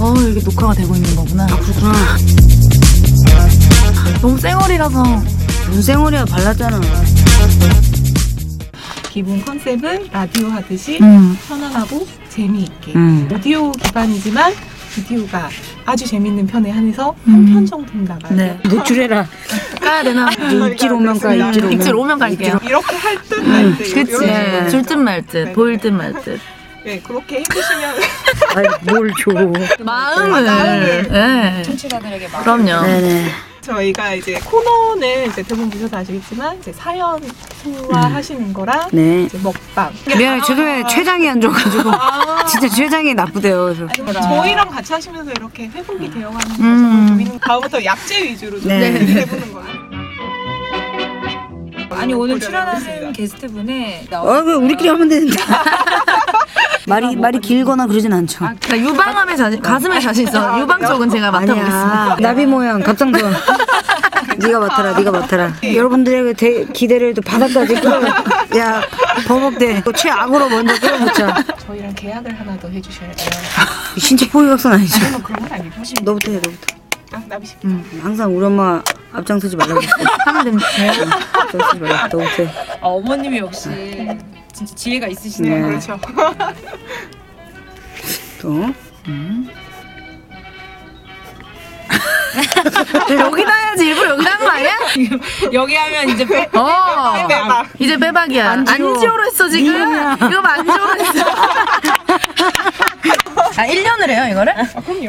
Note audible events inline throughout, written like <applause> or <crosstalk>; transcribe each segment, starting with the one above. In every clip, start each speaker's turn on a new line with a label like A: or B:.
A: 오늘 어, 이게 녹화가 되고 있는 거구나.
B: 그렇구나.
A: 너무 쌩얼이라서
B: 눈생얼이야 발랐잖아.
C: 기본 컨셉은 라디오 하듯이
B: 음.
C: 편안하고 재미있게
B: 음.
C: 오디오 기반이지만 비디오가 아주 재밌는 편에 한해서
B: 음.
C: 한 편 정도 나가요.
B: 네. 노출해라.
A: 까야 되나?
B: 입질 오면 가. 입질 오면.
A: 입질 오면 갈게요.
C: 이렇게 할 듯 말 듯.
A: 그치.
B: 네.
A: 줄듯 말듯,
C: 네.
A: 보일듯 말듯.
C: 네, 그렇게 해주시면 <laughs>
B: 아이, 뭘 줘.
A: 마음을.
C: 마음을.
A: 네.
D: 청취자들에게 막
A: 그럼요.
B: 네네.
C: 저희가 이제 코너는 이제 대본 보셔서 아시겠지만 이제 사연 소화하시는 거랑
B: 네.
C: 이제 먹방.
B: 미안해 죄송해요 췌장이 안 좋아가지고 진짜 췌장이 나쁘대요. 그래서.
C: 아니, 저희랑 같이 하시면서 이렇게 회복이 되어가는 거
A: 음.
C: 정말 재밌는 다음부터 약재 위주로 좀
B: 네.
C: 해보는 거예요.
D: 아니 오늘
C: 고려를
D: 출연하는
C: 해보겠습니다.
D: 게스트분의 나오-
B: 어, 그 우리끼리 하면 되는데. 말이 말이 길거나 그러진 않죠.
A: 나 아, 유방암에 자신, 가슴에 자신 있어. 유방 쪽은 제가 맡아보겠습니다.
B: 어? 아, 아니야. 나비 모양 갑상도. 네가 맡아라. 네가 맡아라. 여러분들의 대, 기대를 또 바닥까지 끌어. 야 버벅대. 너 최악으로 먼저 끌어붙자.
C: 저희랑 계약을 하나 더 해주셔야 돼요.
B: 신체 포위 확산 아니죠?
C: 뭐 그런 건 아니고.
B: 너부터 해. 너부터.
C: 아, 나비씨.
B: 음, 항상 우리 엄마 앞장서지 말라고. 했어. 네,
A: 하면 됩니다.
B: 앞장서지 말라고. 너부터. 해.
D: 아, 어머님이 역시 진짜 지혜가
C: 네,
D: 있으시네요.
B: 네.
C: 그렇죠.
B: 또. 음. 여기다 해야지.
A: 일부러 여기 한거 아니야?
D: 여기 하면 이제 빼-
A: 어.
C: 빼박.
A: 이제 빼박이야.
B: 안지호.
A: 안지호로 했어, 지금.
B: 미안해.
A: 이거 봐, 안지호로 했어. 아, 1년을 해요, 이거를?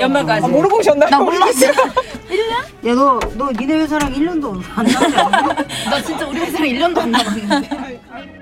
D: 연말까지.
C: 아, 모르고 오셨나요? 나 몰랐어요.
B: 야, 너, 너 니네 회사랑 1년도 안 나왔냐?
A: 나 진짜 우리 회사랑 1년도 안 남았는데.